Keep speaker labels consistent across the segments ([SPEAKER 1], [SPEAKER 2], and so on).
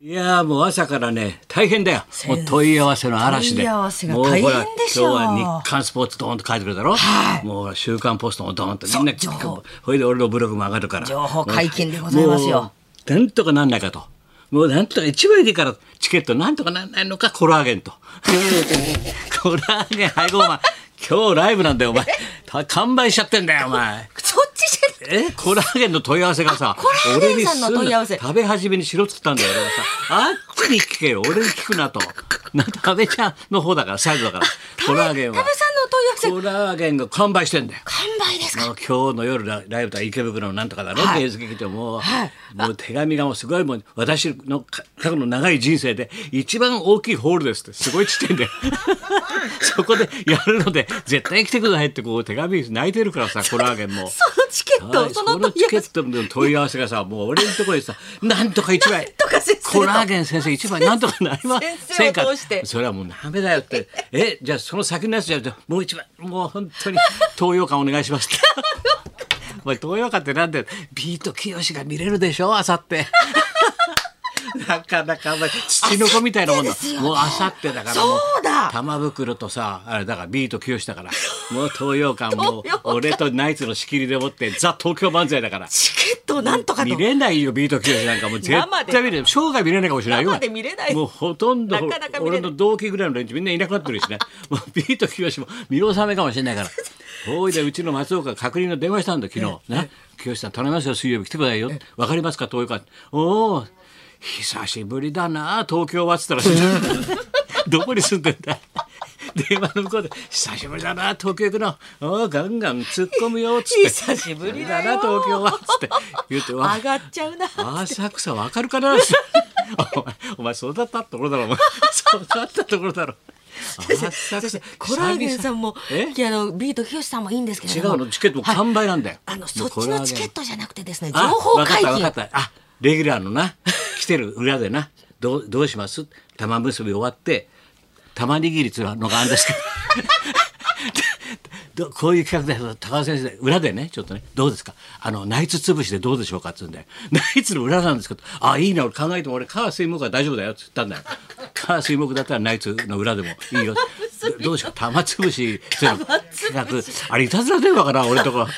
[SPEAKER 1] いやーもう朝からね大変だよもう問い合わせの嵐で
[SPEAKER 2] 問い合わせが
[SPEAKER 1] もう
[SPEAKER 2] 大
[SPEAKER 1] ほ
[SPEAKER 2] 変
[SPEAKER 1] ら
[SPEAKER 2] でしょう
[SPEAKER 1] 今日は日刊スポーツドーンと書いてくるだろ、
[SPEAKER 2] はい
[SPEAKER 1] もうほら週刊ポストもドーンとみんな
[SPEAKER 2] そう情報
[SPEAKER 1] ほいで俺のブログも上がるから
[SPEAKER 2] 情報解禁でございますよ
[SPEAKER 1] もうなんとかなんないかともうなんとか一枚でいいからチケットなんとかなんないのかコラーゲ ンとコラーゲン配合マン今日ライブなんだよお前た完売しちゃってんだよお前
[SPEAKER 2] そっちじゃない
[SPEAKER 1] えコラーゲンの問い合わせがさ
[SPEAKER 2] あコラーゲンさんの問い合わ
[SPEAKER 1] 俺
[SPEAKER 2] せ
[SPEAKER 1] にすんな食べ始めにしろっつったんだよ俺がさあっちに聞けよ俺に聞くなとなんて安倍ちゃんの方だからサイドだからコラーゲン
[SPEAKER 2] 多部
[SPEAKER 1] は
[SPEAKER 2] さんのお問い合わせ
[SPEAKER 1] コラーゲンが完売してんだよ
[SPEAKER 2] 完売ですか
[SPEAKER 1] もう今日の夜ラライブとか池袋のなんとかだろ、
[SPEAKER 2] はい
[SPEAKER 1] って言う時来ても、
[SPEAKER 2] はい
[SPEAKER 1] もう手紙がもうすごいもう私のか過去の長い人生で一番大きいホールですってすごいちっちゃいんだ よそこでやるので絶対来てくださいってこう手紙泣いてるからさコラーゲンも。
[SPEAKER 2] そのチケッ
[SPEAKER 1] は
[SPEAKER 2] ト
[SPEAKER 1] い
[SPEAKER 2] そ
[SPEAKER 1] そ
[SPEAKER 2] の
[SPEAKER 1] の
[SPEAKER 2] 問い
[SPEAKER 1] チ
[SPEAKER 2] 合
[SPEAKER 1] ケ
[SPEAKER 2] わせ
[SPEAKER 1] ットの問い合わせがさもう俺のところにさ「なんとか一枚
[SPEAKER 2] とか先生と
[SPEAKER 1] コラーゲン先生一枚なんとかなりませんか
[SPEAKER 2] 先生を通して
[SPEAKER 1] それはもうダメだよって「えじゃあその先のやつじゃなくてもう一枚もう本当に東洋館お願いし ます」ってお前東洋館ってなんでビートきよしが見れるでしょあさ って。なかなかお前土の子みたいなもんだ
[SPEAKER 2] 明後日ですよね
[SPEAKER 1] もうあさってだからも
[SPEAKER 2] そうだ
[SPEAKER 1] 玉袋とさあれだからビートきよしだからもう東洋館も
[SPEAKER 2] 東洋館
[SPEAKER 1] 俺とナイツの仕切りでもってザ東京漫才だから
[SPEAKER 2] チケットをなんとかと
[SPEAKER 1] 見れないよビートきよしなんかもう絶対見れない生涯見れないかもしれないよ
[SPEAKER 2] 生で見れない
[SPEAKER 1] もうほとんど
[SPEAKER 2] なかなか見れな
[SPEAKER 1] 俺
[SPEAKER 2] い
[SPEAKER 1] の同期ぐらいの連中みんないなくなってるし ねもうビートきよしも見納めかもしれないからほいでうちの松岡が確認の電話したんだ昨日ねきよしさん頼みますよ水曜日来てくださいよわかりますか東京かおお久しぶりだな東京はっつった らどこに住んでんだ電話の向こうで「久しぶりだな東京行くのおーガンガン突っ込むよ」っつって
[SPEAKER 2] 久しぶりだ
[SPEAKER 1] だ
[SPEAKER 2] よ
[SPEAKER 1] な東京は」っつって言ってわ
[SPEAKER 2] 上がっちゃうな
[SPEAKER 1] 浅草わかるかなお前 お前育ったところだろお 前育ったところだろ浅
[SPEAKER 2] そし
[SPEAKER 1] 草
[SPEAKER 2] てコラーゲンさんも
[SPEAKER 1] え
[SPEAKER 2] いやあのビートきよしさんもいいんですけれ
[SPEAKER 1] 違
[SPEAKER 2] ども
[SPEAKER 1] うのチケットも完売なんだよ、
[SPEAKER 2] あの
[SPEAKER 1] も
[SPEAKER 2] そうっ
[SPEAKER 1] コ
[SPEAKER 2] ち
[SPEAKER 1] ラー
[SPEAKER 2] の
[SPEAKER 1] ゲン
[SPEAKER 2] チケットじゃなくてですね情
[SPEAKER 1] あ
[SPEAKER 2] 報
[SPEAKER 1] わ
[SPEAKER 2] 解
[SPEAKER 1] か
[SPEAKER 2] 禁
[SPEAKER 1] ったわかったあレギュラーのな 来てる裏でなどうどうします玉結び終わって玉握りつうのがあるんですけど どこういう企画で高田先生裏でねちょっとねどうですかあのナイツ潰しでどうでしょうかっつうんで ナイツの裏なんですけど「あいいな俺考えても俺川水木は大丈夫だよ」っつったんだよ 川水木だったらナイツの裏でもいい よどどうしよう玉潰しっていうの企画あれいたずら電話かな俺と か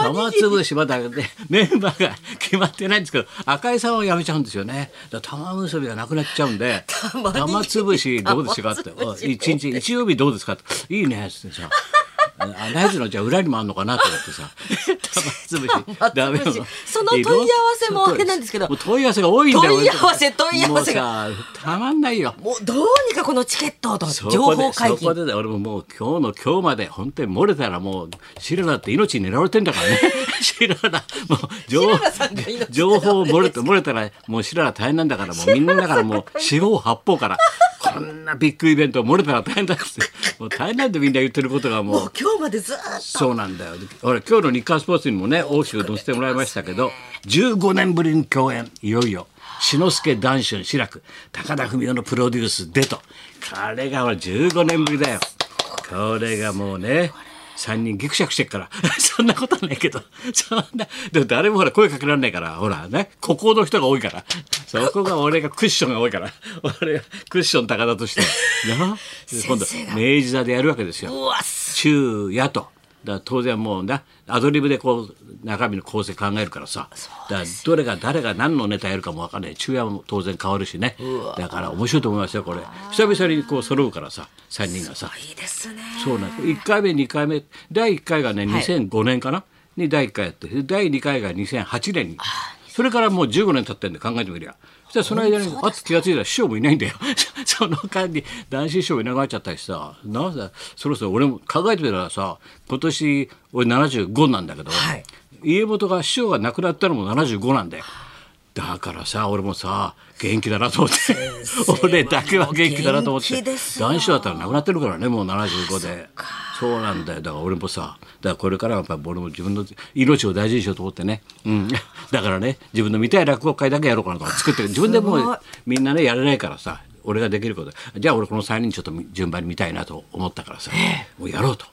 [SPEAKER 1] 玉潰しまだねメンバーが決まってないんですけど赤井さんは辞めちゃうんですよねだから玉結びがなくなっちゃうんで
[SPEAKER 2] 玉に
[SPEAKER 1] 玉潰しどうですかって
[SPEAKER 2] 玉潰し
[SPEAKER 1] お一日日曜日どうですかっていいねっつってさあナイツのじゃあ裏にもあんのかなと思って さ玉潰しダメよ
[SPEAKER 2] その問い合わせもあれなんですけど
[SPEAKER 1] もう問い合わせが多いんだよ
[SPEAKER 2] 問い合わせ問い合わせが
[SPEAKER 1] もうさたまんないよ
[SPEAKER 2] もうどうにかこのチケットをと
[SPEAKER 1] そ
[SPEAKER 2] 情
[SPEAKER 1] こで
[SPEAKER 2] 報解
[SPEAKER 1] そこ
[SPEAKER 2] 禁
[SPEAKER 1] でだ俺ももう今日の今日まで本当に漏れたらもうシララって命狙われてんだ からねシララもう情
[SPEAKER 2] シ
[SPEAKER 1] 報
[SPEAKER 2] ララさんが命狙われてる
[SPEAKER 1] 情報漏れて漏れたらもうシララ大変なんだからもうみんなだからもう四方八方からこんなビッグイベント漏れたら大変だってもう大変なんでみんな言ってることがも
[SPEAKER 2] も
[SPEAKER 1] う
[SPEAKER 2] う今日までずーっと
[SPEAKER 1] そうなんだよ俺今日の日刊スポーツにもね大きく載せてもらいましたけど15年ぶりに共演いよいよ志の輔談春志らく高田文夫のプロデュースでとこれが俺15年ぶりだよこれがもうね3人ギクシャクしてっから そんなことないけどそんなでも誰もほら声かけられないからほらね孤高の人が多いからそこが俺がクッションが多いから俺がクッション高田としてな今度
[SPEAKER 2] 先生が
[SPEAKER 1] 明治座でやるわけですよ
[SPEAKER 2] うわす
[SPEAKER 1] 昼夜と。だから当然もうなアドリブでこう中身の構成考えるからさだからどれが誰が何のネタやるかも分かんない昼夜も当然変わるしねだから面白いと思いますよこれ久々にこう揃うからさ3人がさ
[SPEAKER 2] いいですね
[SPEAKER 1] そうなんです1回目2回目第1回がね2005年かな、に第1回やってで第2回が2008年にそれからもう15年経ってんで考えてみりゃそしたらその間にあっ気が付いたら師匠もいないんだよ その間に男子師匠もいなくなっちゃったしさなぜそろそろ俺も考えてみたらさ今年俺75なんだけど、
[SPEAKER 2] はい
[SPEAKER 1] 家元が師匠が亡くなったのも75なんだよ。だからさ俺もさ元気だなと思って
[SPEAKER 2] 生 は
[SPEAKER 1] 俺だけは元気だなと思って
[SPEAKER 2] 元気ですよ
[SPEAKER 1] 男子だったら亡くなってるからねもう75でそうなんだよだから俺もさだからこれからはやっぱり俺も自分の命を大事にしようと思ってね、うん、 だからね自分の見たい落語会だけやろうかなとか作ってる自分でもうみんなねやれないからさ俺ができることじゃあ俺この3人ちょっと順番に見たいなと思ったからさ、もうやろうと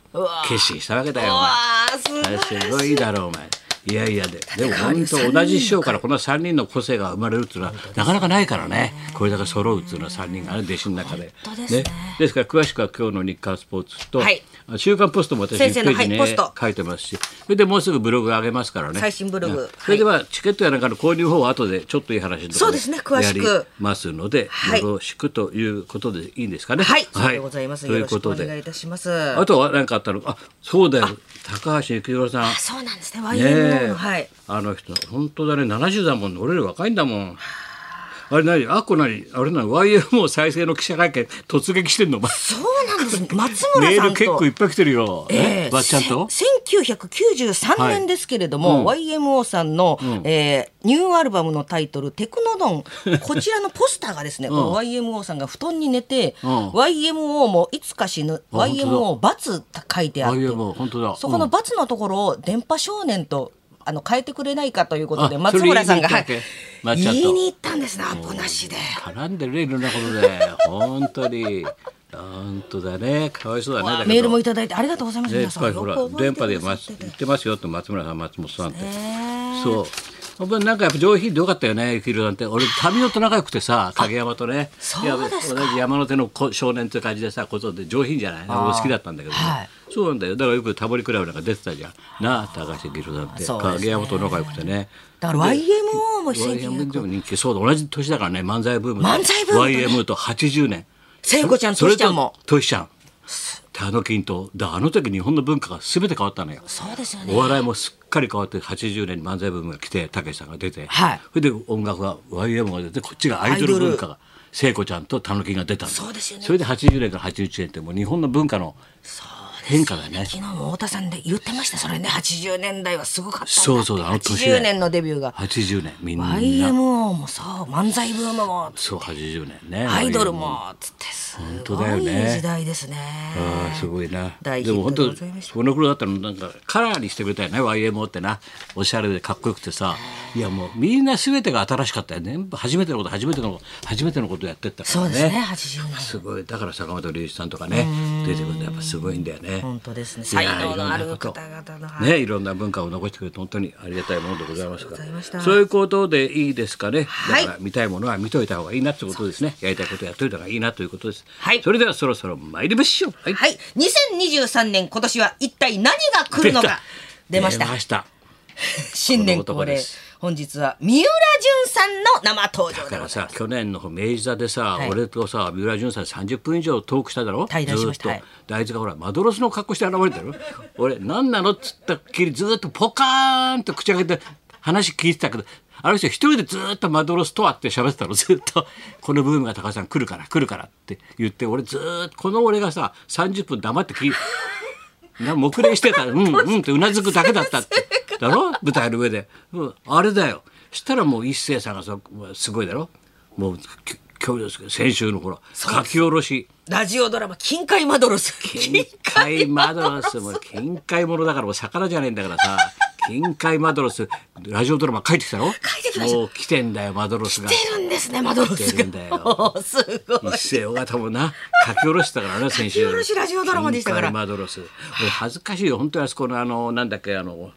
[SPEAKER 1] 決心したわけだよお前
[SPEAKER 2] わあすごい
[SPEAKER 1] あれすごいだろうお前いやいやででも本当同じ師匠からこの3人の個性が生まれるっていうのはなかなかないからねこれだけ揃うっていうのは3人がね弟子の中で
[SPEAKER 2] 本当ですね
[SPEAKER 1] ですから詳しくは今日の日刊スポーツと、
[SPEAKER 2] はい
[SPEAKER 1] 週刊ポストも私1
[SPEAKER 2] 先
[SPEAKER 1] ペ
[SPEAKER 2] 生の
[SPEAKER 1] ージね、
[SPEAKER 2] はいポスト
[SPEAKER 1] 書いてますしそれでもうすぐブログ上げますからね
[SPEAKER 2] 最新ブログ
[SPEAKER 1] うん
[SPEAKER 2] はい
[SPEAKER 1] それではチケットやなんかの購入方は後でちょっといい話のとこ
[SPEAKER 2] そう
[SPEAKER 1] ろ
[SPEAKER 2] ですね詳しく
[SPEAKER 1] やりますので、
[SPEAKER 2] はい
[SPEAKER 1] よろしくということでいいんですかね
[SPEAKER 2] はい、そうでございます。
[SPEAKER 1] と
[SPEAKER 2] よ
[SPEAKER 1] い
[SPEAKER 2] ろ
[SPEAKER 1] うこ
[SPEAKER 2] しくお
[SPEAKER 1] と
[SPEAKER 2] 願い
[SPEAKER 1] で
[SPEAKER 2] いたします。あ
[SPEAKER 1] あとは何かあったのかあそうだよ高橋幸宏さん
[SPEAKER 2] そうなんですね。
[SPEAKER 1] ね
[SPEAKER 2] YMO
[SPEAKER 1] え
[SPEAKER 2] の、はい。
[SPEAKER 1] あの人本当だね70だもんね俺ら若いんだもんあれ何あっこ何あれ何 YMO 再生の記者会見突撃してんのお前
[SPEAKER 2] そうな んです。松村
[SPEAKER 1] メー
[SPEAKER 2] さんと。
[SPEAKER 1] ル結構いっぱい来てるよえばっちゃんと
[SPEAKER 2] せ1993年ですけれども、
[SPEAKER 1] は
[SPEAKER 2] YMO さんの、えーニューアルバムのタイトル「テクノドン」こちらのポスターがですね、この YMO さんが布団に寝て、
[SPEAKER 1] うん
[SPEAKER 2] YMO もいつか死ぬ
[SPEAKER 1] あ本当だ
[SPEAKER 2] YMO バツと書いてあって
[SPEAKER 1] YMO 本当だ
[SPEAKER 2] そこのバツのところを「電波少年と」あの変えてくれないかということで
[SPEAKER 1] あ
[SPEAKER 2] 松村さんが
[SPEAKER 1] それ言いに行ったわけばっちゃんと
[SPEAKER 2] はい言いに行ったんですねアポなしで。
[SPEAKER 1] 絡んでるねいろんなことで本当に本当だねかわいそうだねだけど
[SPEAKER 2] メールもいただいてありがとうございます
[SPEAKER 1] ね
[SPEAKER 2] 皆
[SPEAKER 1] つ
[SPEAKER 2] さ
[SPEAKER 1] ま
[SPEAKER 2] ん。
[SPEAKER 1] りほら
[SPEAKER 2] よく覚え
[SPEAKER 1] 電
[SPEAKER 2] てく
[SPEAKER 1] 波で
[SPEAKER 2] ださ
[SPEAKER 1] ま
[SPEAKER 2] ってて
[SPEAKER 1] 言ってますよって松村さん松本さんって
[SPEAKER 2] ねえ
[SPEAKER 1] そう本当になんかやっぱ上品でよかったよね幸宏さんって俺民生と仲良くてさ影山とね
[SPEAKER 2] そうですか
[SPEAKER 1] いや同じ山手の子少年という感じでさことで上品じゃない俺好きだったんだけどね、
[SPEAKER 2] はい
[SPEAKER 1] そうなんだよだからよくタモリクラブなんか出てたじゃんなあ高橋幸宏さんって、
[SPEAKER 2] そうですね
[SPEAKER 1] 影山と仲良くてね
[SPEAKER 2] だから YMO も
[SPEAKER 1] で YM で
[SPEAKER 2] 1900
[SPEAKER 1] も人気そうだ同じ年だからね漫才ブームと
[SPEAKER 2] 漫才ブームとね
[SPEAKER 1] YM と80年
[SPEAKER 2] 聖子ちゃん
[SPEAKER 1] そ
[SPEAKER 2] と
[SPEAKER 1] れ
[SPEAKER 2] しちゃんも
[SPEAKER 1] とトシちゃんタノキンとだあの時日本の文化が全て変わったのよ
[SPEAKER 2] そうですよ
[SPEAKER 1] お
[SPEAKER 2] ね
[SPEAKER 1] 笑いもすっかり変わって80年に漫才ブームが来てたけしさんが出て、
[SPEAKER 2] はい
[SPEAKER 1] それで音楽が YM が出てこっちがアイドル文化が聖子ちゃんとたぬきが出たんだ
[SPEAKER 2] そうですよね
[SPEAKER 1] それで80年から81年ってもう日本の文化の変化だね
[SPEAKER 2] 昨日も太田さんで言ってましたそれね80年代はすごかったんだって
[SPEAKER 1] そうそうあの年ね
[SPEAKER 2] 80年のデビューが
[SPEAKER 1] 80年みんな
[SPEAKER 2] YMO もそう漫才ブームも
[SPEAKER 1] そう80年ね
[SPEAKER 2] アイドル
[SPEAKER 1] YM
[SPEAKER 2] もつってす
[SPEAKER 1] 当
[SPEAKER 2] ご
[SPEAKER 1] だよ
[SPEAKER 2] い
[SPEAKER 1] ね
[SPEAKER 2] 時代ですね
[SPEAKER 1] ああすごいな
[SPEAKER 2] 大
[SPEAKER 1] で
[SPEAKER 2] ヒ
[SPEAKER 1] も
[SPEAKER 2] ッ
[SPEAKER 1] 本
[SPEAKER 2] トで
[SPEAKER 1] 当
[SPEAKER 2] ございました
[SPEAKER 1] この頃だったらなんかカラーにしてくれたよね YMO ってなおしゃれでかっこよくてさいやもうみんな全てが新しかったよね初めてのこと初めてのこと初めてのことやってったか
[SPEAKER 2] そ
[SPEAKER 1] ら
[SPEAKER 2] う
[SPEAKER 1] ね
[SPEAKER 2] ですね80年
[SPEAKER 1] すごいだから坂本龍一さんとかね出てくるのやっぱすごいんだよね
[SPEAKER 2] 本当ですね
[SPEAKER 1] いや
[SPEAKER 2] 才能のあ
[SPEAKER 1] いろんな
[SPEAKER 2] る
[SPEAKER 1] こと
[SPEAKER 2] 方々のはい
[SPEAKER 1] ね、いろんな文化を残してくれて本当にありがたいものでございますか
[SPEAKER 2] ありがとうござい
[SPEAKER 1] ら
[SPEAKER 2] ました
[SPEAKER 1] そういうことでいいですかね、
[SPEAKER 2] はい
[SPEAKER 1] だから見たいものは見といた方がいいなってことですねやりたいことやっといた方がいいなということです、
[SPEAKER 2] はい
[SPEAKER 1] それではそろそろ参りましょうはい、
[SPEAKER 2] はい2023年今年は一体何が来るのか出ました
[SPEAKER 1] 出ました
[SPEAKER 2] 新年
[SPEAKER 1] この
[SPEAKER 2] 恒
[SPEAKER 1] 男で
[SPEAKER 2] 例
[SPEAKER 1] す
[SPEAKER 2] 本日は三浦淳さんの生登場
[SPEAKER 1] だ
[SPEAKER 2] で
[SPEAKER 1] か
[SPEAKER 2] ご
[SPEAKER 1] ら
[SPEAKER 2] ざい
[SPEAKER 1] さ
[SPEAKER 2] ます
[SPEAKER 1] 去年の明治座でさ、
[SPEAKER 2] はい
[SPEAKER 1] 俺とさ三浦淳さん30分以上トークしただろ
[SPEAKER 2] 対談しました
[SPEAKER 1] ずー
[SPEAKER 2] は
[SPEAKER 1] っ
[SPEAKER 2] い
[SPEAKER 1] と、であいつがほらマドロスの格好して現れたろ俺何なのっつったっきりずーっとポカーンと口開けて話聞いてたけどあの人一人でずーっとマドロスとはって喋ってたのずっとこのブームが高橋さん来るから来るからって言って俺ずーっとこの俺がさ30分黙って聞いて。な黙礼して たうんうんってうなずくだけだったってだろ舞台の上で、うん、あれだよしたらもう一生さんがさまあすごいだろもうきょ今日ですけど先週のほら書き下ろし
[SPEAKER 2] ラジオドラマ「金塊マドロス」
[SPEAKER 1] 金塊マドロ スもう金塊ものだからもう魚じゃねえんだからさ金塊マドロスラジオドラマ書いてきたろ
[SPEAKER 2] 書いてきました
[SPEAKER 1] もう来てんだよマドロスが
[SPEAKER 2] 出るんですねマドロ
[SPEAKER 1] 来
[SPEAKER 2] ス
[SPEAKER 1] てるんだよ
[SPEAKER 2] がもうすごい
[SPEAKER 1] 一世尾形もな書き下ろしてたからね先週
[SPEAKER 2] 書き下ろしラジオドラマでしたから
[SPEAKER 1] 金塊マドロス俺恥ずかしいよ本当にあそこのあのなんだっけあの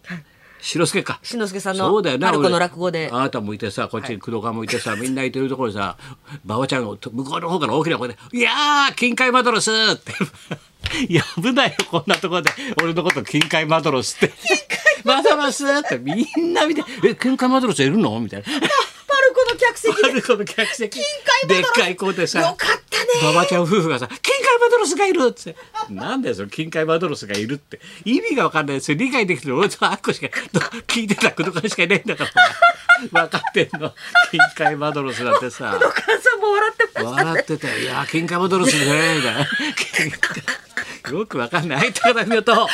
[SPEAKER 1] 白助か
[SPEAKER 2] 志の輔さん
[SPEAKER 1] そ
[SPEAKER 2] の
[SPEAKER 1] うだよな
[SPEAKER 2] パルコの
[SPEAKER 1] 俺
[SPEAKER 2] 落語で
[SPEAKER 1] あなたもいてさこっちに工藤川もいてさ、みんないてるところでさ馬場ちゃんがと向こうの方から大きな声で「いやー金塊マドロス!」って「いや危ないよこんなところで俺のこと金塊マドロス」って「マドロス!」ってみんな見て「え金塊マドロスいるの?」みたいな。
[SPEAKER 2] パルコの客席
[SPEAKER 1] パ
[SPEAKER 2] で
[SPEAKER 1] ルコの客席
[SPEAKER 2] 金塊
[SPEAKER 1] でっ
[SPEAKER 2] マドロス
[SPEAKER 1] かい子でさ
[SPEAKER 2] よかったね
[SPEAKER 1] 馬場ちゃん夫婦がさ「金塊マドロスがいる」っつって「なんだよその金塊マドロスがいる」って意味が分かんないですよ理解できてる俺とあっこしかど聞いてた工藤君しかいないんだから分かってんの金塊マドロスなんてさ
[SPEAKER 2] お母さんも笑ってました
[SPEAKER 1] 笑ってたよ「いやー金塊マドロスね」みたいなよく分かんない相手方見ると。
[SPEAKER 2] 松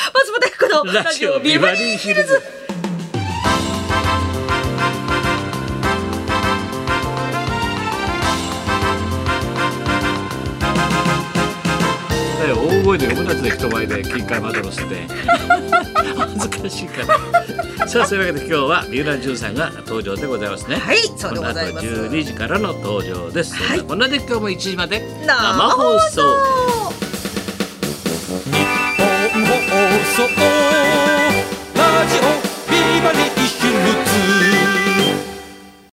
[SPEAKER 2] 本彦のラジオビバリー
[SPEAKER 1] ーヒルズ。大声で友達で人前で金塊マドロスで 恥ずかしいからさあそういうわけで今日は三浦淳さんが登場でございますね
[SPEAKER 2] はいそうでございます
[SPEAKER 1] この後12時からの登場です、
[SPEAKER 2] はい
[SPEAKER 1] こんなで今日も1時まで
[SPEAKER 2] 生放送
[SPEAKER 3] 日本放送ラジオビバリー